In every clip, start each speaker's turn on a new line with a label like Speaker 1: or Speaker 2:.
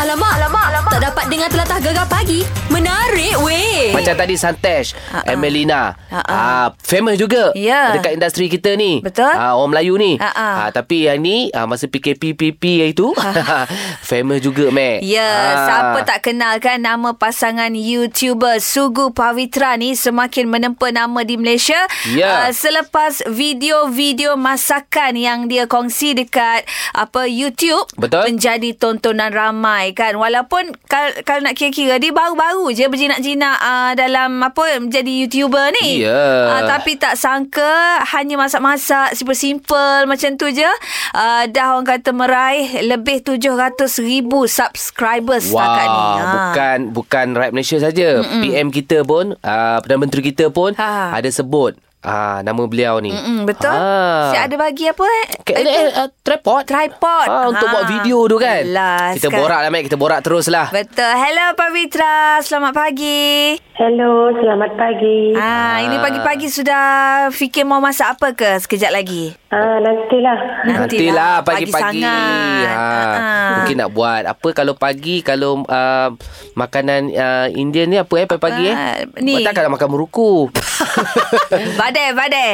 Speaker 1: Alamak, alamak, alamak. Tak dapat dengar telatah gegar pagi. Menarik weh.
Speaker 2: Eh.
Speaker 3: Macam tadi Santesh,
Speaker 2: Ha, ha.
Speaker 3: Emelina.
Speaker 2: Ha, ha.
Speaker 3: Ah, famous juga
Speaker 2: Ya.
Speaker 3: dekat industri kita ni.
Speaker 2: Betul.
Speaker 3: Ah, orang Melayu ni.
Speaker 2: Ha, ha.
Speaker 3: Ah, tapi yang ni ah, masa PKP PKP itu famous juga Mac. Ah,
Speaker 2: Ya, siapa tak kenal kan nama pasangan YouTuber Sugu Pavitra ni semakin menempa nama di Malaysia uh,
Speaker 3: Ya.
Speaker 2: selepas video-video masakan yang dia kongsi dekat apa YouTube
Speaker 3: Betul.
Speaker 2: menjadi tontonan ramai kan. Walaupun kalau, kalau nak kira-kira dia baru-baru je berjinak-jinak uh, dalam apa menjadi YouTuber ni.
Speaker 3: Ya.
Speaker 2: Ah, tapi tak sangka hanya masak-masak simple-simple macam tu je uh, dah orang kata meraih lebih 700 ribu subscriber setakat ni.
Speaker 3: Wah,
Speaker 2: Ah.
Speaker 3: bukan bukan rap Malaysia saja. PM kita pun, uh, Perdana Menteri kita pun
Speaker 2: Ha.
Speaker 3: ada sebut uh, nama beliau ni.
Speaker 2: Mm, betul.
Speaker 3: Ha.
Speaker 2: Saya ada bagi apa eh?
Speaker 3: Ke, eh, eh, eh, tripod
Speaker 2: Tripod.
Speaker 3: ah, Untuk
Speaker 2: Ha.
Speaker 3: buat video tu kan
Speaker 2: Alas,
Speaker 3: Kita
Speaker 2: kan.
Speaker 3: borak lah Mac Kita borak terus lah
Speaker 2: Betul. Hello Pavitra, selamat pagi.
Speaker 4: Hello, selamat pagi.
Speaker 2: Ah,
Speaker 4: Ah,
Speaker 2: ini pagi-pagi sudah fikir mau masak apa ke sekejap lagi?
Speaker 4: ah nantilah.
Speaker 3: Nantilah
Speaker 2: Nantilah,
Speaker 3: pagi-pagi
Speaker 2: pagi sangat.
Speaker 3: ha.
Speaker 2: Ha.
Speaker 3: Mungkin nak buat Apa kalau pagi Kalau uh, Makanan uh, Indian ni apa eh Pagi-pagi eh
Speaker 2: Apa? Ni.
Speaker 3: Takkan nak makan meruku
Speaker 2: badai, badai.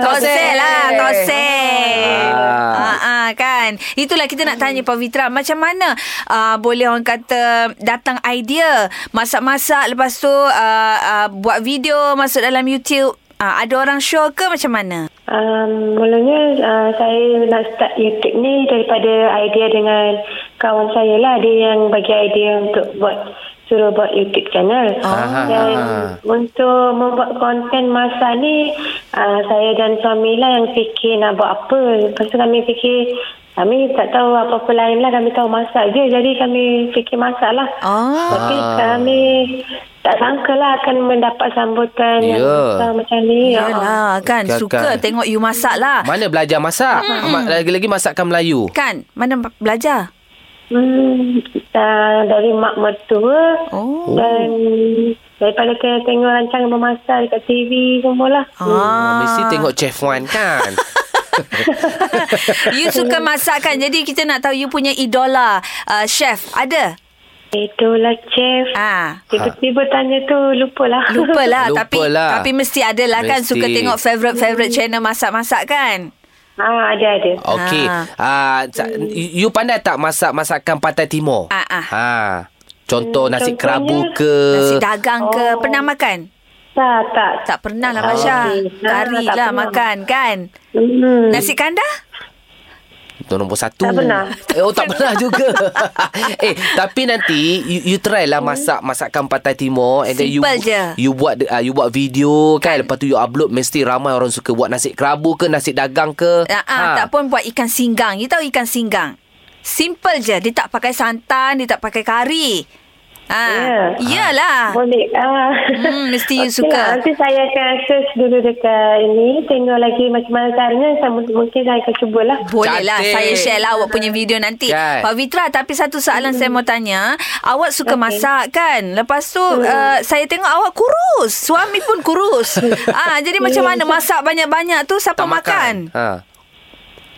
Speaker 2: Tosel
Speaker 3: Tosai
Speaker 2: lah Tosel
Speaker 3: Ah.
Speaker 2: ah. ah, Kan Itulah kita nak tanya Pavitra Macam mana uh, Boleh orang kata Datang idea Masak-masak Lepas tu uh, uh, Buat video Masuk dalam YouTube uh, Ada orang show ke Macam mana
Speaker 4: Um, mulanya uh, saya nak start YouTube ni daripada idea dengan kawan saya lah. Dia yang bagi idea untuk buat suruh buat YouTube channel.
Speaker 3: Ah.
Speaker 4: Dan untuk membuat konten masa ni uh, saya dan suami lah yang fikir nak buat apa. Lepas tu kami fikir kami tak tahu apa-apa lain lah. Kami tahu masak je. Jadi kami fikir masak lah.
Speaker 2: Oh
Speaker 4: Tapi kami tak sangka lah akan mendapat sambutan yang
Speaker 3: Ya.
Speaker 4: besar macam ni. Ya.
Speaker 2: Yalah kan
Speaker 3: Kan,
Speaker 2: Suka
Speaker 3: kan.
Speaker 2: tengok you masak lah
Speaker 3: Mana belajar masak
Speaker 2: Hmm.
Speaker 3: Ma- Lagi-lagi masakan Melayu
Speaker 2: Kan Mana belajar
Speaker 4: Hmm, uh, dari mak mertua
Speaker 2: Oh.
Speaker 4: dan daripada kita tengok rancangan memasak dekat TV semualah.
Speaker 3: ah. Mesti tengok Chef Wan kan
Speaker 2: You suka masak kan Jadi kita nak tahu You punya idola uh, Chef Ada
Speaker 4: Itulah lah, chef.
Speaker 2: Ah
Speaker 4: Tiba-tiba tanya tu lupalah.
Speaker 2: Lupa lah
Speaker 3: Lupa
Speaker 2: tapi
Speaker 3: lah.
Speaker 2: tapi mesti ada lah kan
Speaker 3: Mesti.
Speaker 2: suka tengok favorite favorite channel masak-masak kan.
Speaker 4: ah, ada ada.
Speaker 3: Okey.
Speaker 2: Ha.
Speaker 3: Ah, ha. you pandai tak masak masakan Pantai Timur?
Speaker 2: Ah, ah.
Speaker 3: Ha. Contoh
Speaker 4: Hmm,
Speaker 3: nasi
Speaker 4: contohnya-
Speaker 3: kerabu ke?
Speaker 2: Nasi dagang ke
Speaker 4: Oh.
Speaker 2: pernah makan?
Speaker 4: Tak, tak.
Speaker 2: Tak pernah lah
Speaker 4: Ah,
Speaker 2: Masya.
Speaker 4: okey. Ah,
Speaker 2: Kari
Speaker 4: tak
Speaker 2: lah
Speaker 4: pernah.
Speaker 2: makan kan.
Speaker 4: Hmm.
Speaker 2: Nasi kandar?
Speaker 3: Tuan nombor satu.
Speaker 4: Tak pernah.
Speaker 3: Eh, oh, tak pernah juga. eh, tapi nanti you, you try lah masak masakan Pantai Timur and then you
Speaker 2: Simple je.
Speaker 3: you buat uh, you buat video kan lepas tu you upload mesti ramai orang suka buat nasi kerabu ke nasi dagang ke.
Speaker 2: Ah,
Speaker 3: Ha,
Speaker 2: ah, tak pun buat ikan singgang. You tahu ikan singgang? Simple je. Dia tak pakai santan, dia tak pakai kari. Ah,
Speaker 4: Ya.
Speaker 2: iyalah.
Speaker 4: Boleh. Ah.
Speaker 2: Hmm, mesti you
Speaker 4: Okey
Speaker 2: suka.
Speaker 4: Lah. Nanti saya akan akses dulu dekat ini. Tengok lagi macam mana caranya. Sama, mungkin saya akan cubalah.
Speaker 2: Boleh lah
Speaker 3: Cantik.
Speaker 2: Saya share lah Awak punya video nanti
Speaker 3: Kan.
Speaker 2: Pak Vitra Tapi satu soalan saya mau tanya Awak suka
Speaker 4: Okey.
Speaker 2: masak kan Lepas tu uh, Saya tengok awak kurus Suami pun kurus ah, Jadi macam mana Masak banyak-banyak tu Siapa
Speaker 3: Tak
Speaker 2: makan?
Speaker 3: Ha.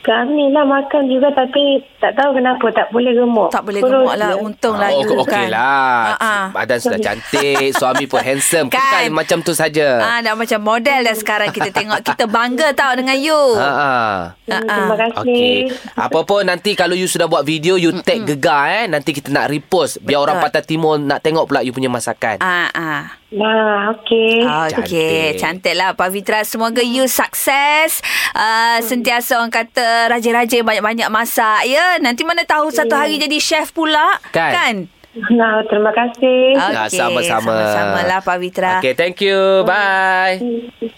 Speaker 4: Kami lah makan juga tapi tak tahu kenapa tak boleh gemuk.
Speaker 2: Tak boleh
Speaker 4: Kurus
Speaker 2: gemuk lah
Speaker 4: je.
Speaker 2: Untung lah you
Speaker 3: okey okay
Speaker 2: kan
Speaker 3: Ah, lah.
Speaker 2: Ah, ah.
Speaker 3: Badan sudah cantik, suami pun handsome.
Speaker 2: Kan.
Speaker 3: Kan, macam tu saja.
Speaker 2: Ah, dah macam model dah sekarang kita tengok Kita bangga tau dengan you
Speaker 3: Ha ah.
Speaker 4: Hmm,
Speaker 2: Ah, ah.
Speaker 4: Terima kasih.
Speaker 3: Okey. Apa pun nanti kalau you sudah buat video you tag gegar eh nanti kita nak repost
Speaker 2: Betul.
Speaker 3: biar orang Pantai Timur nak tengok pula you punya masakan.
Speaker 2: Ah, ah.
Speaker 4: Nah, okey.
Speaker 1: Ah,
Speaker 2: Eh, Okey, cantik
Speaker 3: Cantik.
Speaker 2: lah Pak Fitra. Semoga you sukses.
Speaker 1: Hmm.
Speaker 2: Uh, sentiasa orang kata rajin-rajin banyak-banyak masak. Ya, nanti mana tahu satu hari jadi chef pula.
Speaker 3: Kan?
Speaker 2: Kan?
Speaker 4: Nah, terima kasih.
Speaker 2: Ah.
Speaker 3: Ah,
Speaker 2: okey.
Speaker 3: sama-sama.
Speaker 2: Sama-sama lah, Pak Fitra.
Speaker 3: Okey, thank you. Bye.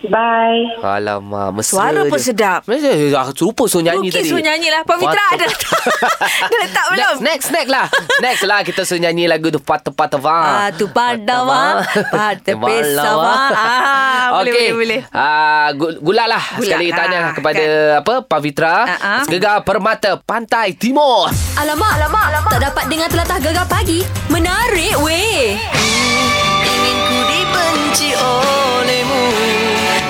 Speaker 4: Bye.
Speaker 3: Alamak, mesra
Speaker 2: Suara pun
Speaker 3: je.
Speaker 2: sedap.
Speaker 3: Mesra je. Ah, Rupa suruh nyanyi
Speaker 2: Lukis
Speaker 3: tadi.
Speaker 2: suruh nyanyi lah. Pak Fitra
Speaker 3: Patah-
Speaker 2: ada letak. ada letak belum?
Speaker 3: Next, next, next lah. next lah kita suruh nyanyi lagu tu Pat Pat
Speaker 2: Ah, tu Padawa, Pata Pesawa. Ah, boleh, boleh, boleh.
Speaker 3: Ah, gu- gula lah.
Speaker 2: Gula
Speaker 3: Sekali
Speaker 2: lah,
Speaker 3: tanya kepada apa Pavitra
Speaker 2: Ah, ah.
Speaker 3: Gegar Permata Pantai Timur.
Speaker 1: Alamak, alamak, alamak. Tak dapat dengar telatah gegar pagi. Menarik weh.
Speaker 5: Ingin ku dibenci olehmu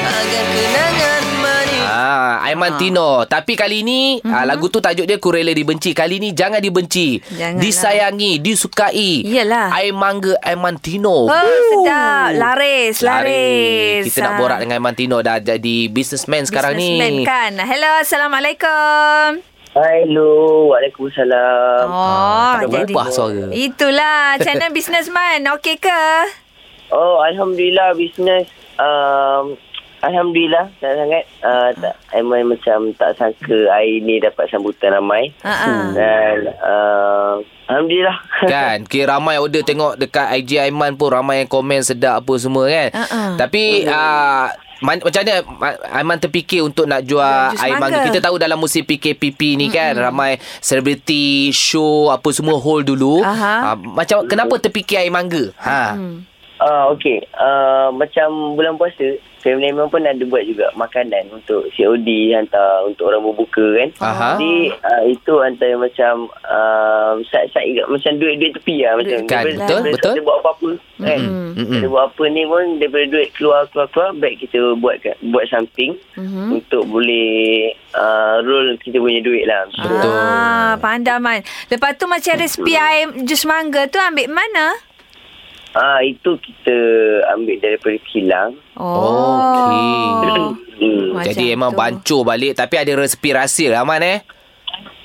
Speaker 5: Agar kenangan manis
Speaker 3: Ah, air Clemantino. Tapi kali
Speaker 2: Mhm.
Speaker 3: ni mm-hmm. lagu tu tajuk dia Kurela Dibenci. Kali ni jangan dibenci.
Speaker 2: Janganlah.
Speaker 3: Disayangi, disukai.
Speaker 2: Iyalah.
Speaker 3: Air mangga Clemantino.
Speaker 2: Oh, sedap. Laris, laris.
Speaker 3: Kita nak
Speaker 2: Ah.
Speaker 3: borak dengan Clemantino dah jadi businessman sekarang ni.
Speaker 2: Businessman kan. Hello, Assalamualaikum.
Speaker 6: Hello, Waalaikumsalam.
Speaker 2: Oh,
Speaker 3: tak ada berubah Ah, suara.
Speaker 2: Itulah. Macam mana businessman? Okey ke?
Speaker 6: Oh, Alhamdulillah bisnes um, Alhamdulillah sangat-sangat uh, tak, I memang macam tak sangka I ni dapat sambutan ramai
Speaker 2: Ha-ha.
Speaker 6: Dan uh, Alhamdulillah
Speaker 3: Kan Kira ramai order tengok Dekat IG Aiman pun Ramai yang komen sedap Apa semua kan
Speaker 2: Uh-uh.
Speaker 3: Tapi uh, man, Macam mana Ma- Aiman terfikir Untuk nak jual
Speaker 2: Jual jus mangga.
Speaker 3: Air mangga Kita tahu dalam musim PKPP ni kan Ramai Selebriti Show Apa semua Hold dulu
Speaker 2: Aha.
Speaker 3: uh, Macam Kenapa terfikir air mangga ha.
Speaker 6: uh, Okay uh, Macam bulan puasa Family memang pun ada buat juga Makanan untuk COD Hantar untuk orang berbuka kan
Speaker 3: Aha.
Speaker 6: Jadi uh, Itu antara macam uh, Sat-sat juga Macam duit-duit tepi lah macam
Speaker 3: Kan,
Speaker 6: Daripada-
Speaker 3: betul,
Speaker 6: daripada
Speaker 3: betul.
Speaker 6: Dia buat apa-apa kan
Speaker 3: Mm-mm, mm-mm.
Speaker 6: Kita buat apa ni pun daripada duit keluar-keluar-keluar baik kita buat kat- buat something
Speaker 3: Mhm.
Speaker 6: mm-hmm. untuk boleh uh, roll kita punya duit lah.
Speaker 3: Betul.
Speaker 2: Ah, pandai man. Lepas tu macam resipi air jus mangga tu ambil mana?
Speaker 6: Ah itu kita ambil daripada kilang.
Speaker 3: Okey.
Speaker 6: Hmm.
Speaker 2: Oh. Macam
Speaker 3: Jadi memang
Speaker 2: tu.
Speaker 3: bancur balik Tapi ada resipi rahsia lah Aman eh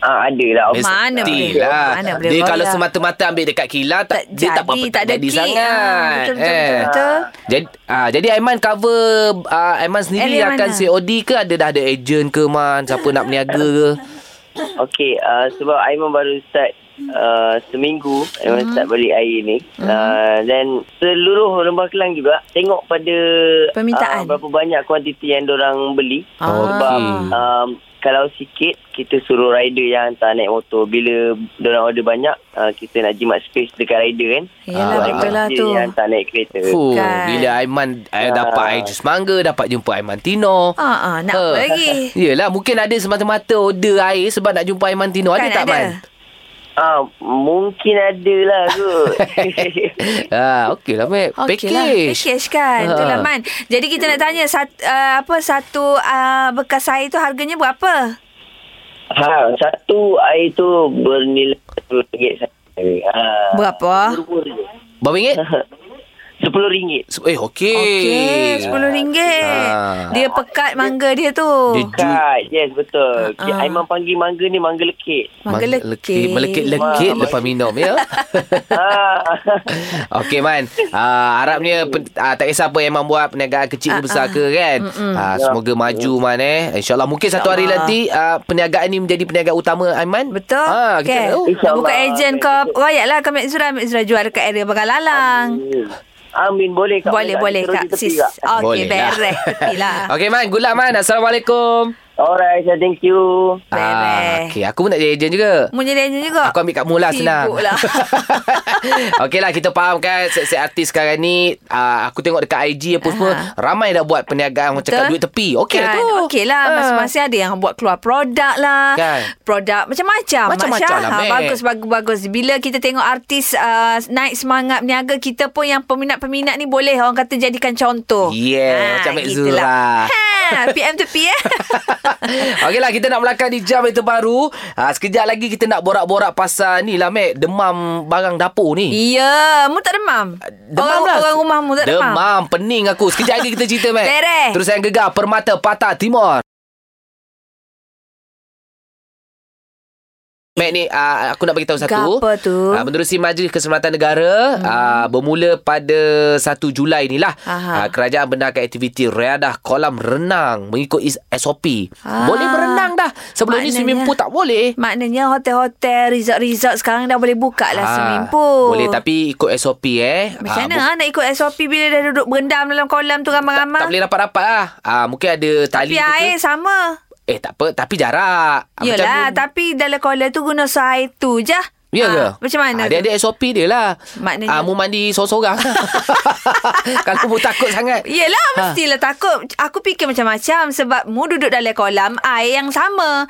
Speaker 6: Ah ada lah.
Speaker 2: Oh, Mana
Speaker 3: Mesti
Speaker 2: boleh.
Speaker 3: lah
Speaker 2: Mana boleh
Speaker 3: Dia kalau
Speaker 2: royak.
Speaker 3: semata-mata ambil dekat kilang tak,
Speaker 2: Tak
Speaker 3: Dia tak
Speaker 2: jadi,
Speaker 3: apa-apa
Speaker 2: tak ada
Speaker 3: jadi
Speaker 2: kick.
Speaker 3: sangat Eh.
Speaker 2: Ah, betul, betul, betul, betul.
Speaker 3: Jadi, ah, jadi Aiman cover ah, Aiman sendiri
Speaker 2: Area
Speaker 3: akan
Speaker 2: mana?
Speaker 3: COD ke Ada dah ada agent ke Man Siapa nak berniaga ke
Speaker 6: Okey uh, sebab Aiman baru start uh, seminggu Aiman
Speaker 2: Hmm.
Speaker 6: start balik air ni. Uh, dan seluruh lembah Kelang juga tengok pada
Speaker 2: Permintaan. Ah.
Speaker 6: Uh, berapa banyak kuantiti yang orang beli. Sebab um, kalau sikit kita suruh rider yang hantar naik motor. Bila orang order banyak uh, kita nak jimat space dekat rider kan.
Speaker 2: Yalah,
Speaker 6: Sebab
Speaker 2: betul lah
Speaker 6: dia
Speaker 2: tu.
Speaker 6: Yang hantar naik kereta.
Speaker 3: Fuh,
Speaker 2: Kan.
Speaker 3: Bila Aiman eh, dapat air jus mangga Dapat jumpa Aiman Tino
Speaker 2: Ah, ah, nak apa
Speaker 3: Eh.
Speaker 2: lagi?
Speaker 3: Yelah mungkin ada semata-mata order air Sebab nak jumpa Aiman Tino Ada
Speaker 2: Kan
Speaker 3: tak
Speaker 2: ada.
Speaker 3: Man?
Speaker 6: Ah, mungkin ada lah kot.
Speaker 3: ah, Okey lah Mac
Speaker 2: Okey
Speaker 3: Package
Speaker 2: lah, package kan.
Speaker 3: Ha.
Speaker 2: Itulah Man. Jadi kita nak tanya sat, uh, apa satu uh, bekas air tu harganya berapa?
Speaker 6: ha, satu air tu bernilai RM10. Ha,
Speaker 2: Berapa?
Speaker 6: RM10.
Speaker 3: Berapa ringgit?
Speaker 6: RM10.
Speaker 3: Eh okey
Speaker 2: Okey, RM10.
Speaker 3: Ah.
Speaker 2: Dia pekat mangga dia tu.
Speaker 3: Dia
Speaker 6: Kat, yes betul.
Speaker 2: Ah, ah.
Speaker 6: Uh-uh. Aiman panggil mangga ni mangga lekit.
Speaker 2: Mangga
Speaker 3: Mang-
Speaker 2: lekit.
Speaker 3: Melekit-lekit
Speaker 6: Wah.
Speaker 3: lepas minum ya.
Speaker 6: ah.
Speaker 3: Okey Man uh, Harapnya pen, uh, Tak kisah apa yang Man buat Perniagaan kecil
Speaker 2: Ah,
Speaker 3: ke besar ke kan uh, Semoga maju Man eh InsyaAllah mungkin satu hari nanti uh, Perniagaan ni menjadi perniagaan utama Aiman
Speaker 2: Betul?
Speaker 3: Ah, kita
Speaker 2: Okey.
Speaker 3: okay. tahu
Speaker 6: InsyaAllah.
Speaker 2: Buka ejen ke Royak lah ke Mek Zura Mek Zura jual dekat area Bagan Lalang
Speaker 6: Amin boleh kak.
Speaker 2: Boleh boleh
Speaker 6: Terus
Speaker 2: Kak
Speaker 6: kita lah.
Speaker 2: Sis
Speaker 6: pergi, Kak.
Speaker 2: Okey beres Tepi lah
Speaker 3: Okey Man Good luck Man Assalamualaikum
Speaker 6: Alright, so thank you.
Speaker 3: Ah,
Speaker 2: Beres.
Speaker 3: Okey aku pun nak jadi agent juga
Speaker 2: Mau jadi agent juga
Speaker 3: Aku ambil kat mula
Speaker 2: Sibuk
Speaker 3: senang
Speaker 2: lah.
Speaker 3: Okey lah kita faham kan Set-set artis sekarang ni uh, Aku tengok dekat IG apa semua Ramai dah buat perniagaan Macam kat
Speaker 2: Betul.
Speaker 3: duit tepi Okey lah
Speaker 2: kan?
Speaker 3: tu
Speaker 2: Okey lah
Speaker 3: Ah.
Speaker 2: Masing-masing ada yang buat keluar produk lah
Speaker 3: Kan.
Speaker 2: Produk macam-macam
Speaker 3: Macam-macam
Speaker 2: Masya.
Speaker 3: lah,
Speaker 2: Ha,
Speaker 3: Mek.
Speaker 2: Bagus bagus bagus Bila kita tengok artis uh, Naik semangat berniaga Kita pun yang peminat-peminat ni Boleh orang kata jadikan contoh Ah,
Speaker 3: Yeah, macam Mek
Speaker 2: gitulah.
Speaker 3: Zura.
Speaker 2: ha, PM to PM
Speaker 3: Okeylah lah, kita nak melakar di jam itu baru. Ha, sekejap lagi kita nak borak-borak pasal ni lah Mek. Demam barang dapur ni.
Speaker 2: Ya Mu tak demam orang, Orang rumahmu tak demam
Speaker 3: lah. Demam, pening aku. Sekejap lagi kita cerita Mek.
Speaker 2: Beres.
Speaker 3: Terus yang gegar Permata Patah Timur. Mek ni uh, aku nak bagi tahu satu.
Speaker 2: Apa tu?
Speaker 3: Uh, menerusi Majlis Keselamatan Negara hmm. uh, bermula pada 1 Julai inilah
Speaker 2: Aha.
Speaker 3: uh, kerajaan benarkan aktiviti riadah kolam renang mengikut is- SOP.
Speaker 2: Ah.
Speaker 3: Boleh berenang dah. Sebelum ni
Speaker 2: Maknanya-
Speaker 3: swimming pool tak boleh.
Speaker 2: Maknanya hotel-hotel, resort-resort sekarang dah boleh buka lah
Speaker 3: Ah,
Speaker 2: swimming pool.
Speaker 3: Boleh tapi ikut SOP eh.
Speaker 2: Macam
Speaker 3: Ah,
Speaker 2: mana ha, nak ikut SOP bila dah duduk berendam dalam kolam tu
Speaker 3: bu- tak
Speaker 2: ramai-ramai?
Speaker 3: boleh rapat-rapat lah. Ah, mungkin ada
Speaker 2: Tapi
Speaker 3: tali ke-
Speaker 2: air sama.
Speaker 3: Eh tak apa tapi jarak. Ah,
Speaker 2: Yelah,
Speaker 3: macam-
Speaker 2: tapi dalam kolam tu guna air tu je.
Speaker 3: Ya
Speaker 2: Ah,
Speaker 3: ke?
Speaker 2: Macam mana?
Speaker 3: Ah, dia
Speaker 2: tu?
Speaker 3: ada SOP dia lah.
Speaker 2: Maknanya-
Speaker 3: Ah, mu mandi seorang-seorang. Kalau mu takut sangat.
Speaker 2: Yelah,
Speaker 3: Ha.
Speaker 2: mestilah takut. Aku fikir macam-macam sebab mu duduk dalam kolam air yang sama.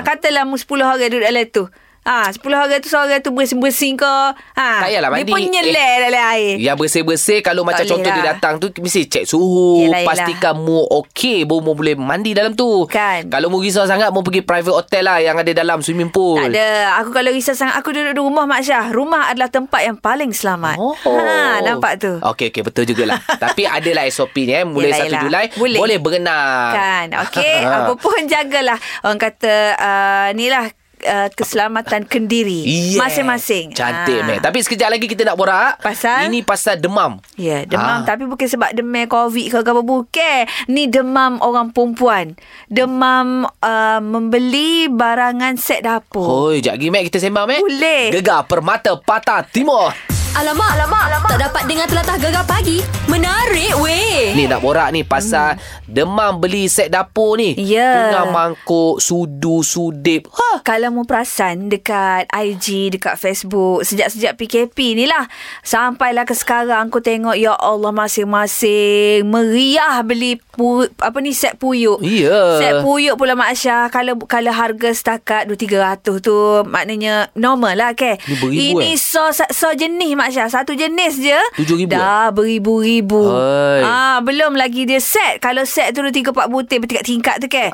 Speaker 2: Ha. ha katalah mu 10 orang duduk dalam tu. Ah, 10 orang tu seorang tu bersih-bersih ke. Ah,
Speaker 3: Tak payahlah
Speaker 2: dia
Speaker 3: mandi. Ya
Speaker 2: pun nyelek eh. dalam air.
Speaker 3: Yang bersih-bersih Kalau
Speaker 2: Tak
Speaker 3: macam
Speaker 2: boleh
Speaker 3: contoh
Speaker 2: lah.
Speaker 3: dia datang tu Mesti cek suhu
Speaker 2: Yelah, yelah.
Speaker 3: Pastikan mu okey Baru mu boleh mandi dalam tu
Speaker 2: Kan.
Speaker 3: Kalau mu risau sangat Mu pergi private hotel lah Yang ada dalam swimming pool
Speaker 2: Tak ada. Aku kalau risau sangat aku duduk di rumah Mak Syah. Rumah adalah tempat yang paling selamat. Ha, nampak tu.
Speaker 3: Oh. Okey, okey. Betul jugalah. Tapi adalah SOP-nya. Eh. Mulai
Speaker 2: Yelah,
Speaker 3: yelah, 1
Speaker 2: yelah.
Speaker 3: Julai,
Speaker 2: Boleh.
Speaker 3: boleh, boleh berenang. Ha.
Speaker 2: Kan. Okey, apa pun jagalah. Orang kata uh, ni lah uh, keselamatan kendiri
Speaker 3: Yeah.
Speaker 2: masing-masing.
Speaker 3: Cantik,
Speaker 2: Ah.
Speaker 3: Meh. Tapi sekejap lagi kita nak borak.
Speaker 2: Pasal?
Speaker 3: Ini pasal demam.
Speaker 2: Ya, yeah, demam
Speaker 3: Ah.
Speaker 2: tapi bukan sebab demam COVID ke apa bukan. Ni demam orang perempuan. Demam uh, membeli barangan set dapur.
Speaker 3: Hoi, jap lagi, Mek. Kita sembang, Mek.
Speaker 2: Boleh.
Speaker 3: Gegar Permata Patah Timur.
Speaker 1: Alamak, alamak, alamak. Tak dapat dengar telatah gegar pagi. Menarik
Speaker 2: Eh.
Speaker 1: weh.
Speaker 3: Ni nak borak ni pasal hmm. demam beli set dapur ni.
Speaker 2: Ya.
Speaker 3: Tengah mangkuk, sudu, sudip. Ha.
Speaker 2: Kalau mu perasan dekat IG, dekat Facebook, sejak-sejak PKP ni lah. Sampailah ke sekarang aku tengok, ya Allah masing-masing meriah beli pu, apa ni set puyuk.
Speaker 3: Ya.
Speaker 2: Set puyuk pula Mak Syah. Kalau, kalau harga setakat 2-300 tu maknanya normal lah ke.
Speaker 3: Ni beribu,
Speaker 2: Ini
Speaker 3: eh?
Speaker 2: so, so, so jenis Mak Syah. Satu jenis je.
Speaker 3: 7,000,
Speaker 2: Dah beribu-ribu.
Speaker 3: Hai.
Speaker 2: Ah, belum lagi dia set. Kalau set tu 3-4 butir bertingkat-tingkat tu ke.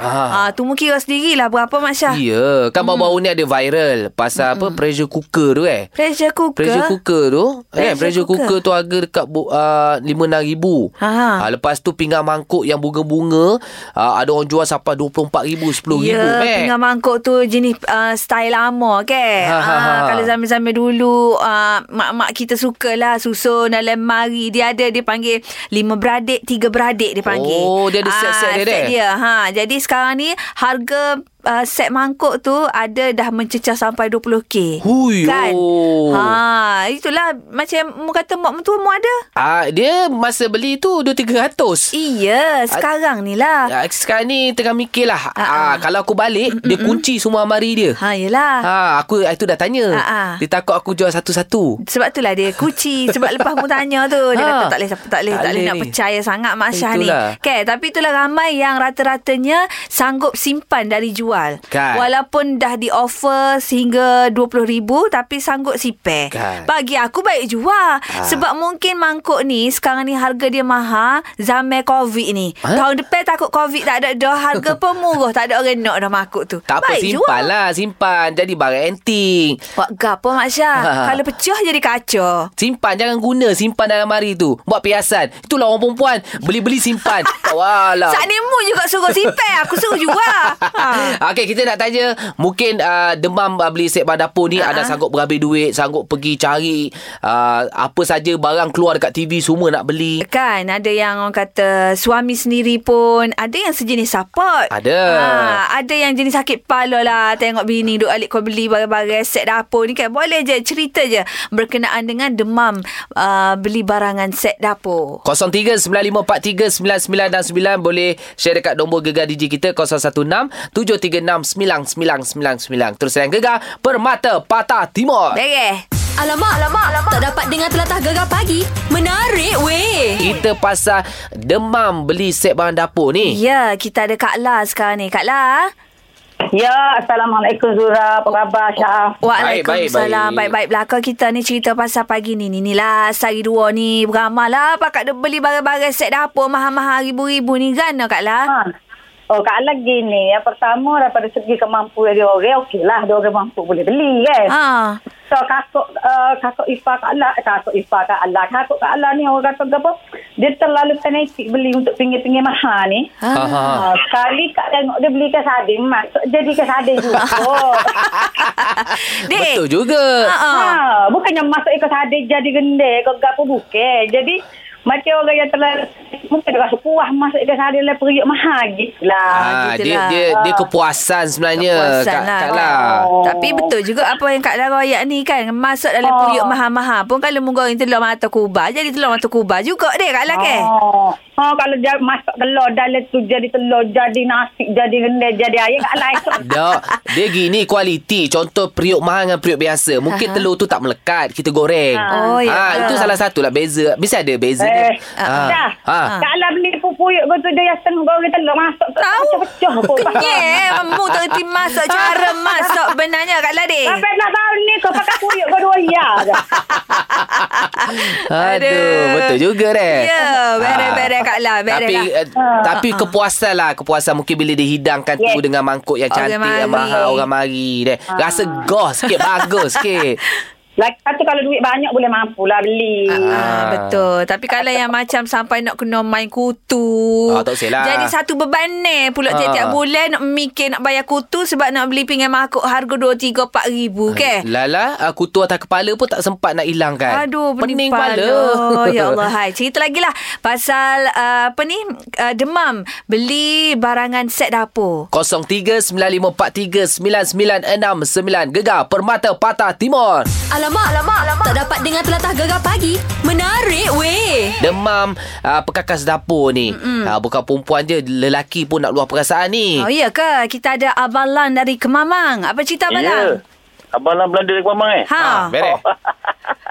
Speaker 2: Ah,
Speaker 3: Ah.
Speaker 2: tu mu kira sendirilah berapa Mak Syah.
Speaker 3: Ya, kan
Speaker 2: Hmm.
Speaker 3: baru-baru ni ada viral pasal apa pressure cooker tu eh.
Speaker 2: Pressure Hmm. cooker.
Speaker 3: Pressure cooker tu
Speaker 2: Pressure
Speaker 3: pressure kan pressure cooker.
Speaker 2: cooker
Speaker 3: tu harga dekat bu- uh, 5-6,000.
Speaker 2: Ha.
Speaker 3: Ha, lepas tu pinggan mangkuk yang bunga-bunga uh, ada orang jual sampai 24,000, 10,000
Speaker 2: Ya,
Speaker 3: Mac.
Speaker 2: pinggan mangkuk tu jenis uh, style lama ke.
Speaker 3: eh? Ha, ha,
Speaker 2: Ah,
Speaker 3: ha.
Speaker 2: kalau zaman-zaman dulu uh, mak-mak kita sukalah susun dalam lemari. Dia ada dia panggil lima beradik, tiga beradik dia panggil.
Speaker 3: Oh, dia ada
Speaker 2: Ah,
Speaker 3: set-set dia,
Speaker 2: set
Speaker 3: dia?
Speaker 2: dia. Ha, jadi sekarang ni harga Uh, set mangkuk tu ada dah mencecah sampai 20k.
Speaker 3: Hui,
Speaker 2: Kan?
Speaker 3: oh.
Speaker 2: Ha, itulah macam mu kata mak mentua mu ada.
Speaker 3: Ah, dia masa beli tu 2-300.
Speaker 2: Iya, sekarang ni lah.
Speaker 3: Ah, sekarang ni tengah mikir lah.
Speaker 2: Ah, ah.
Speaker 3: Ah, kalau aku balik, dia kunci semua amari dia.
Speaker 2: Ha, yelah.
Speaker 3: Ha, aku itu dah tanya.
Speaker 2: Ah, ah.
Speaker 3: Dia takut aku jual satu-satu.
Speaker 2: Sebab itulah dia kuci Sebab lepas mu tanya tu Dia
Speaker 3: Ha.
Speaker 2: kata tak boleh Tak boleh, tak
Speaker 3: Tak
Speaker 2: boleh
Speaker 3: boleh
Speaker 2: nak
Speaker 3: ni.
Speaker 2: percaya sangat Mak Syah ni
Speaker 3: Itulah.
Speaker 2: okay, Tapi itulah ramai yang rata-ratanya Sanggup simpan dari jual
Speaker 3: Kan.
Speaker 2: Walaupun dah di offer Sehingga RM20,000 Tapi sanggup sipir
Speaker 3: Kan. Ha.
Speaker 2: Bagi aku baik jual Sebab mungkin mangkuk ni Sekarang ni harga dia mahal Zaman COVID ni
Speaker 3: Ha?
Speaker 2: Tahun depan takut COVID tak ada dah Harga pun murah Tak ada orang nak dah mangkuk tu
Speaker 3: Tak apa,
Speaker 2: Baik
Speaker 3: simpan
Speaker 2: jual
Speaker 3: lah. Simpan. Jadi barang antik.
Speaker 2: Buat gapo Mak Syah
Speaker 3: Ha.
Speaker 2: Kalau pecah jadi kacau
Speaker 3: Simpan Jangan guna Simpan dalam mari tu Buat piasan Itulah orang perempuan Beli-beli simpan Tak walah
Speaker 2: Saat ni mu juga suruh simpan Aku suruh jual ha.
Speaker 3: Okey kita nak tanya Mungkin uh, demam uh, beli set bahan dapur
Speaker 2: Ha.
Speaker 3: ni uh-huh. Ada sanggup berhabis duit Sanggup pergi cari uh, Apa saja barang keluar dekat TV Semua nak beli
Speaker 2: Kan ada yang orang kata Suami sendiri pun Ada yang sejenis support
Speaker 3: Ada.
Speaker 2: ha, Ada yang jenis sakit pala lah Tengok bini duk alik kau beli barang-barang Set dapur ni kan Boleh je cerita je Berkenaan dengan demam uh, Beli barangan set dapur
Speaker 3: 0395439969 Boleh share dekat nombor gegar DJ kita 016-736-9999 Terus dengan gegar Permata Patah Timur
Speaker 2: Bereh
Speaker 1: Alamak, alamak, alamak. Tak dapat dengar telatah gegar pagi. Menarik weh.
Speaker 3: Kita pasal demam beli set bahan dapur ni
Speaker 2: Ya kita ada Kak La sekarang ni Kak Lah, La
Speaker 7: Ya, Assalamualaikum Zura. Apa khabar Syah?
Speaker 2: Waalaikumsalam.
Speaker 3: Baik, baik, baik.
Speaker 2: Baik-baik belaka kita ni cerita pasal pagi ni. Ni ni lah sehari dua ni beramah lah. Pakak dia beli barang-barang set dapur mahal-mahal ribu-ribu ni kan Kak lah.
Speaker 7: Ha. Oh, Kak Alang gini. Yang pertama daripada segi kemampuan dia orang, okey lah. Dia orang mampu boleh beli kan. Ha.
Speaker 2: Ha.
Speaker 7: So, kakak, uh, kakak Ifah Kak Alang, kakak Ifah Kak Alang, kakak Kak Alang ni orang kata apa, dia terlalu fanatik beli untuk pinggir-pinggir mahal ni. Ha.
Speaker 3: Ha. ha.
Speaker 7: Ha. Sekali Kak tengok dia belikan sardin, masuk jadikan sardin juga.
Speaker 2: Dek.
Speaker 3: Betul juga.
Speaker 2: Ha.
Speaker 7: Ha, bukannya masuk ikut hadir jadi gendek kau gapo bukan. Jadi macam orang yang telah mungkin dia rasa puas masuk ikut hadir lah periuk mahal gitulah.
Speaker 3: Ah,
Speaker 2: gitu
Speaker 3: dia,
Speaker 2: lah.
Speaker 3: dia dia kepuasan sebenarnya
Speaker 2: Kepuasan
Speaker 3: Ya, Kak,
Speaker 2: lah.
Speaker 3: Kak lah.
Speaker 7: Oh.
Speaker 2: Tapi betul juga apa yang Kak La royak ni kan. Masuk dalam
Speaker 7: Oh.
Speaker 2: puyuk mahal-mahal pun kalau mu goreng telur mata kubar. Jadi telur mata kubar juga deh Kak lah, La ke.
Speaker 7: Oh. oh, kalau dia masak telur dalam tu jadi telur, jadi nasi, jadi gendek, jadi ayam kat lain.
Speaker 3: Dok, dia gini kualiti. Contoh periuk mahal dengan periuk biasa. Mungkin
Speaker 2: Aha.
Speaker 3: telur tu tak melekat, kita goreng.
Speaker 2: Oh, ya
Speaker 3: Ah,
Speaker 2: ke?
Speaker 3: itu salah satu lah beza. Mesti ada beza
Speaker 7: Eh,
Speaker 3: dia. Ah.
Speaker 7: dah.
Speaker 3: Ah.
Speaker 7: Kalau beli pun puyuk kau tu dia yang setengah kau kita telur masuk.
Speaker 2: Tahu.
Speaker 7: Pecah-pecah pun.
Speaker 2: Yeah, mu tak kerti masak cara masak benarnya Kak lah, Ladi.
Speaker 7: Sampai nak tahun ni kau pakai puyuk kau dua ya.
Speaker 3: Aduh, betul juga deh.
Speaker 2: Ya, bere-bere Kak La, bere
Speaker 3: Tapi
Speaker 2: lah.
Speaker 3: eh, tapi kepuasan lah, kepuasan mungkin bila dihidangkan tu
Speaker 7: Ah. Yes. Ah.
Speaker 3: dengan mangkuk yang
Speaker 2: Orang
Speaker 3: cantik, yang
Speaker 2: mari.
Speaker 3: mahal, orang mari deh. Rasa goh sikit, bagus sikit.
Speaker 7: Lepas tu kalau duit banyak boleh mampu lah beli.
Speaker 2: Ah, betul. Tapi kalau yang macam sampai nak kena main kutu.
Speaker 3: Ah, tak usahlah.
Speaker 2: Jadi satu beban ni pula
Speaker 3: Ah.
Speaker 2: tiap-tiap bulan nak mikir nak bayar kutu sebab nak beli pinggan mangkuk harga 2 3 4 ribu ke.
Speaker 3: Lala, uh, kutu atas kepala pun tak sempat nak kan? hilangkan.
Speaker 2: Aduh, pening, kepala. ya Allah, hai. Cerita lagi lah pasal uh, apa ni uh, demam. Beli barangan set dapur.
Speaker 3: 0395439969 Gegar Permata Patah Timur.
Speaker 1: Alamak, alamak, alamak. Tak dapat dengar telatah gegar pagi. Menarik weh.
Speaker 3: Demam uh, pekakas dapur ni. Uh, bukan perempuan je, lelaki pun nak luah perasaan ni.
Speaker 2: Oh, iya ke? Kita ada Abang Lan dari Kemamang. Apa cerita Abang Lan?
Speaker 6: Ya. Abang lah Belanda dari Kemamang eh?
Speaker 2: Ha.
Speaker 3: Ha, beres.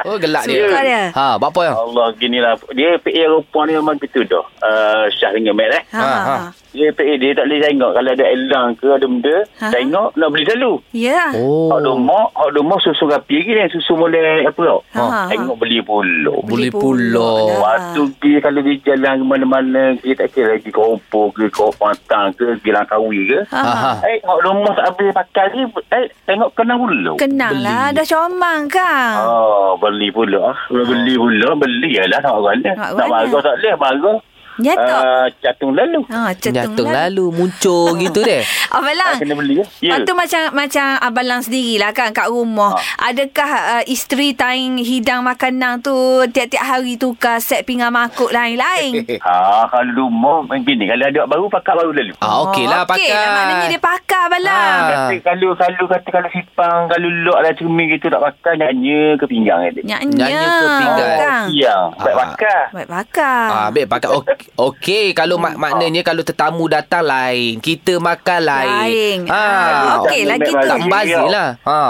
Speaker 3: Oh, gelak dia.
Speaker 2: Suka dia.
Speaker 3: Ha, buat apa yang?
Speaker 6: Allah gini lah. Dia PA Eropah ni memang gitu dah. Uh, Syah dengan Mat eh.
Speaker 2: Ha.
Speaker 3: Ha,
Speaker 2: ha.
Speaker 3: ha.
Speaker 6: Dia PA dia tak boleh tengok. Kalau ada elang ke ada benda.
Speaker 2: Ha.
Speaker 6: Tengok nak beli selalu.
Speaker 2: Ya.
Speaker 6: Oh. Hak
Speaker 3: Oh,
Speaker 6: domak, hak domak susu rapi lagi ni. Susu mulai apa tau.
Speaker 2: Ha, ha, ha.
Speaker 6: Tengok beli Oh, pula.
Speaker 2: Beli lah.
Speaker 3: boleh Ah.
Speaker 2: pula.
Speaker 3: pula.
Speaker 6: Waktu dia kalau dia jalan ke mana-mana. Dia tak kira lagi ke Rompor ke ke Pantang ke ke Langkawi ke.
Speaker 2: Ha. ha.
Speaker 3: Ha.
Speaker 6: Eh, hak rumah tak habis pakai ni. Eh, tengok kena pula.
Speaker 2: Kenang lah. Dah comang kan?
Speaker 6: Oh, beli pula. Kalau beli pula, beli lah nak mana.
Speaker 2: Ha. Nak
Speaker 6: Nak
Speaker 2: mana?
Speaker 6: marah tak boleh, marah.
Speaker 2: Ya tak?
Speaker 6: Ah, Catung lalu.
Speaker 2: Ha,
Speaker 3: Jatuh
Speaker 2: cetung lah.
Speaker 3: lalu muncul gitu deh.
Speaker 2: Abang
Speaker 6: Ah,
Speaker 2: Lang,
Speaker 6: Kena beli ya. Ya.
Speaker 2: Lepas tu macam macam abang Lang sendirilah kan kat rumah.
Speaker 6: Ah.
Speaker 2: Adakah uh, isteri taing hidang makanan tu tiap-tiap hari tukar set pinggan mangkuk lain-lain?
Speaker 6: Ah, kalau rumah macam gini. Kalau ada baru, pakai baru lalu.
Speaker 3: Ah, okey lah
Speaker 2: Okey
Speaker 3: pakai.
Speaker 2: lah maknanya dia pakar abang Lang.
Speaker 3: Ah.
Speaker 6: Kata, kalau kalau kata kalau sipang, kalau lok lah cermin gitu tak pakai, nyanyi ke pinggang kan.
Speaker 2: Nyanya.
Speaker 3: Nyanya ke pinggan.
Speaker 2: Kang.
Speaker 6: Ya, baik
Speaker 3: Ah.
Speaker 6: pakai.
Speaker 2: Baik pakar.
Speaker 3: Ah, baik pakai okey. Okey, kalau mak, maknanya kalau tetamu datang lain, kita makan
Speaker 2: Lain.
Speaker 3: lain.
Speaker 2: Ah,
Speaker 3: Ha.
Speaker 2: okey
Speaker 6: tak-
Speaker 2: lagi
Speaker 6: tak-
Speaker 2: tu.
Speaker 3: Tak bazir lah. Ha.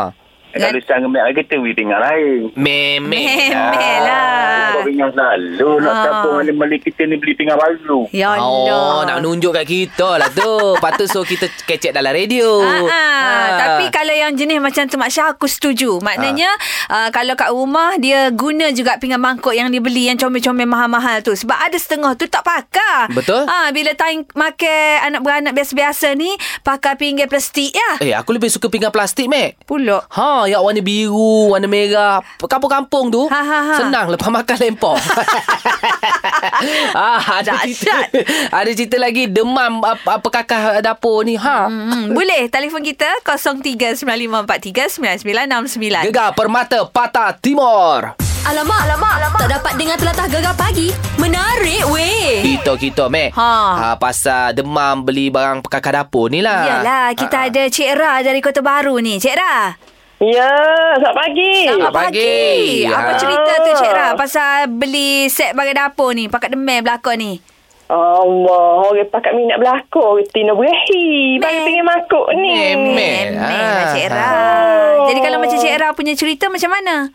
Speaker 6: Kalau sang mek lagi tu, we pinggang lain.
Speaker 3: Memek. Ah.
Speaker 2: Memel lah.
Speaker 6: Kau pinggang selalu. Nak
Speaker 2: Ah.
Speaker 6: siapa mana-mana kita ni beli pinggang baru.
Speaker 2: Ya
Speaker 3: Oh,
Speaker 2: Allah.
Speaker 3: nak nunjuk kat kita lah tu. Patut so kita kecek dalam radio.
Speaker 2: Ah, ah.
Speaker 3: Ah.
Speaker 2: Tapi kalau yang jenis macam tu Mak Syah aku setuju Maknanya ah. Kalau kat rumah Dia guna juga pinggan mangkuk Yang dibeli Yang comel-comel mahal-mahal tu Sebab ada setengah tu tak pakar
Speaker 3: Betul.
Speaker 2: ah, Bila time makan Anak beranak biasa-biasa ni Pakai pinggan plastik ya
Speaker 3: Eh, aku lebih suka pinggan plastik, Mek.
Speaker 2: Pulak
Speaker 3: Ha, yang warna biru, warna merah. Kampung-kampung tu.
Speaker 2: Ha, ha, ha.
Speaker 3: Senang lepas makan lempok. ah, ada cerita.
Speaker 2: Dahsyat.
Speaker 3: Ada cerita lagi demam apa, apa kakak dapur ni. Ha.
Speaker 2: Hmm, boleh telefon kita 0395439969.
Speaker 3: Gegar Permata Patah Timur.
Speaker 1: Alamak, alamak, alamak. Tak dapat dengar telatah gegar pagi. Menarik weh.
Speaker 3: Kita-kita,
Speaker 2: Eh.
Speaker 3: Mek.
Speaker 2: Ha.
Speaker 3: ha. Pasal demam beli barang kakak dapur ni lah.
Speaker 2: Yalah, kita ada Cik Ra dari Kota Baru ni. Cik Ra.
Speaker 7: Ya, selamat pagi.
Speaker 3: Selamat pagi.
Speaker 2: Apa
Speaker 3: Ah.
Speaker 2: cerita tu Cik Ra pasal beli set bagai dapur ni, pakat demam belakang ni?
Speaker 7: Allah, orang pakat minat belakang. Orang tina berahi.
Speaker 2: Meh.
Speaker 7: Bagi pinggan mangkuk ni.
Speaker 3: Memek.
Speaker 2: Demam
Speaker 3: Ah.
Speaker 2: lah Cik Ra.
Speaker 7: Oh.
Speaker 2: Jadi kalau macam Cik Ra punya cerita macam mana?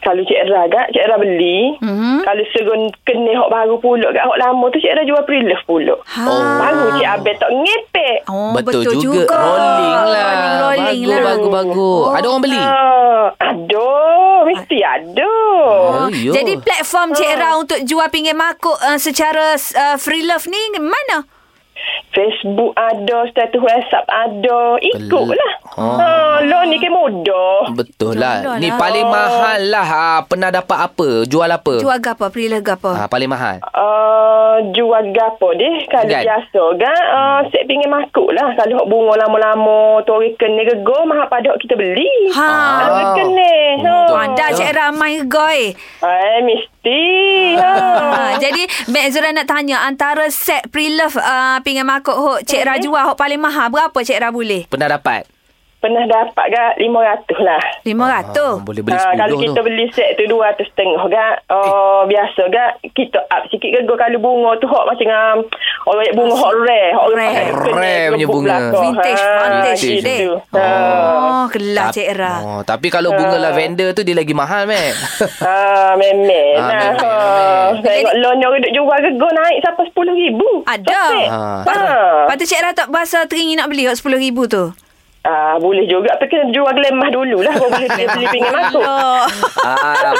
Speaker 7: Kalau Cik Era agak, Cik Era beli.
Speaker 2: Mhm.
Speaker 7: Kalau suruh kena hok baru pula kat hok lama tu Cik Era jual pre-love pula.
Speaker 2: Ha.
Speaker 7: Baru Cik Abel tak ngepek.
Speaker 2: Oh,
Speaker 3: Oh. betul, juga. Rolling lah.
Speaker 2: Rolling, rolling
Speaker 3: bagus,
Speaker 2: lah.
Speaker 3: Bagus, bagus.
Speaker 2: Oh.
Speaker 3: Ada orang beli?
Speaker 7: Ah, aduh, mesti
Speaker 2: Ha.
Speaker 7: ada.
Speaker 3: Oh, yo.
Speaker 2: Jadi platform Cik Ra untuk jual pinggir mangkuk uh, secara uh, free love ni mana?
Speaker 7: Facebook ada, status WhatsApp ada. Ikutlah.
Speaker 3: Oh.
Speaker 7: Ha, lo ni ke mudah.
Speaker 3: Betul
Speaker 2: Jual
Speaker 3: lah. Ni
Speaker 2: lah.
Speaker 3: paling
Speaker 7: Oh.
Speaker 3: mahal lah. Ha, pernah dapat apa? Jual apa?
Speaker 2: Jual gapa, free love gapa?
Speaker 3: Ha, paling mahal.
Speaker 7: Uh, jual gapo deh kalau
Speaker 3: Kan?
Speaker 7: biasa kan uh, set pinggir makuk lah kalau hok bunga lama-lama tu orang kena gego mahal pada hok kita beli
Speaker 2: Ha.
Speaker 7: Kalau
Speaker 3: Ah.
Speaker 7: kena ha.
Speaker 3: Betul.
Speaker 2: Ah, Dah Cik Ra main goi.
Speaker 7: Eh mesti ha.
Speaker 2: Ha, jadi Mek Zura nak tanya antara set ah, Eh? pre-love uh, pinggan mangkuk hok Cik Ra jual hok paling mahal berapa Cik Ra boleh?
Speaker 3: Pernah dapat?
Speaker 7: Pernah dapat gak 500 lah.
Speaker 3: Ah,
Speaker 2: 500.
Speaker 3: boleh beli 10
Speaker 7: Ah, kalau kita
Speaker 3: tu.
Speaker 7: beli set tu 200 setengah gak. Oh, biasa gak. Kita up sikit ke go kalau bunga tu hok macam um, orang yang bunga hok rare. Hok
Speaker 2: Rare.
Speaker 7: kena
Speaker 3: Rare punya
Speaker 7: gebuk
Speaker 3: bunga.
Speaker 7: belakang.
Speaker 2: Vintage,
Speaker 7: Ha,
Speaker 2: vintage,
Speaker 7: gitu.
Speaker 2: dek.
Speaker 7: Ha.
Speaker 2: Oh, kelas
Speaker 3: Tap-
Speaker 2: Cik Ra.
Speaker 3: Oh, tapi kalau bunga lavender tu dia lagi mahal, meh.
Speaker 7: Ah, memel
Speaker 3: Ah,
Speaker 7: lah.
Speaker 3: memel,
Speaker 7: Ha.
Speaker 3: memel.
Speaker 7: Tengok
Speaker 2: Jadi-
Speaker 7: loan yang duduk jual ke go naik sampai RM10,000.
Speaker 2: Ada.
Speaker 7: Sopek.
Speaker 3: Ha.
Speaker 2: Lepas tu-
Speaker 7: Ha.
Speaker 2: Lepas tu Cik Ra tak berasa teringin nak beli hok RM10,000 tu.
Speaker 7: Ah, boleh juga. Tapi kena jual gelemah dulu lah. Baru boleh beli pinggir masuk.
Speaker 2: Ya. Masuk.
Speaker 3: ah,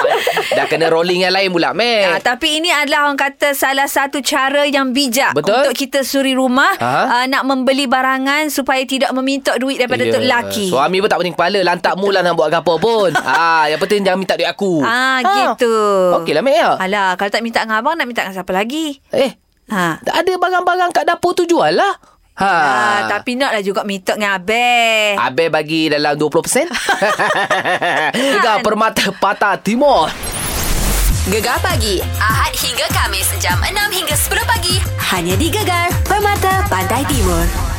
Speaker 3: dah kena rolling yang lain pula, meh.
Speaker 2: Ah, tapi ini adalah orang kata salah satu cara yang bijak
Speaker 3: Betul.
Speaker 2: untuk kita suri rumah
Speaker 3: Ha?
Speaker 2: uh, nak membeli barangan supaya tidak meminta duit daripada yeah. tok lelaki.
Speaker 3: Suami pun tak pening kepala Lantak mula nak buat apa pun ah, Yang penting jangan minta duit aku
Speaker 2: Ah, gitu. Ah.
Speaker 3: Okey lah Mek
Speaker 1: Oh.
Speaker 3: ya
Speaker 2: Alah, kalau tak minta dengan abang nak minta dengan siapa lagi?
Speaker 3: Eh
Speaker 2: Ha.
Speaker 3: tak Ada barang-barang kat dapur tu jual lah ha.
Speaker 2: Ah, tapi naklah juga minta dengan abang.
Speaker 1: Ah.
Speaker 3: Abel bagi dalam 20% Gegar Permata Patah Timur
Speaker 1: Gegar pagi Ahad hingga Kamis jam 6 hingga 10 pagi hanya di Gegar Permata Pantai Timur.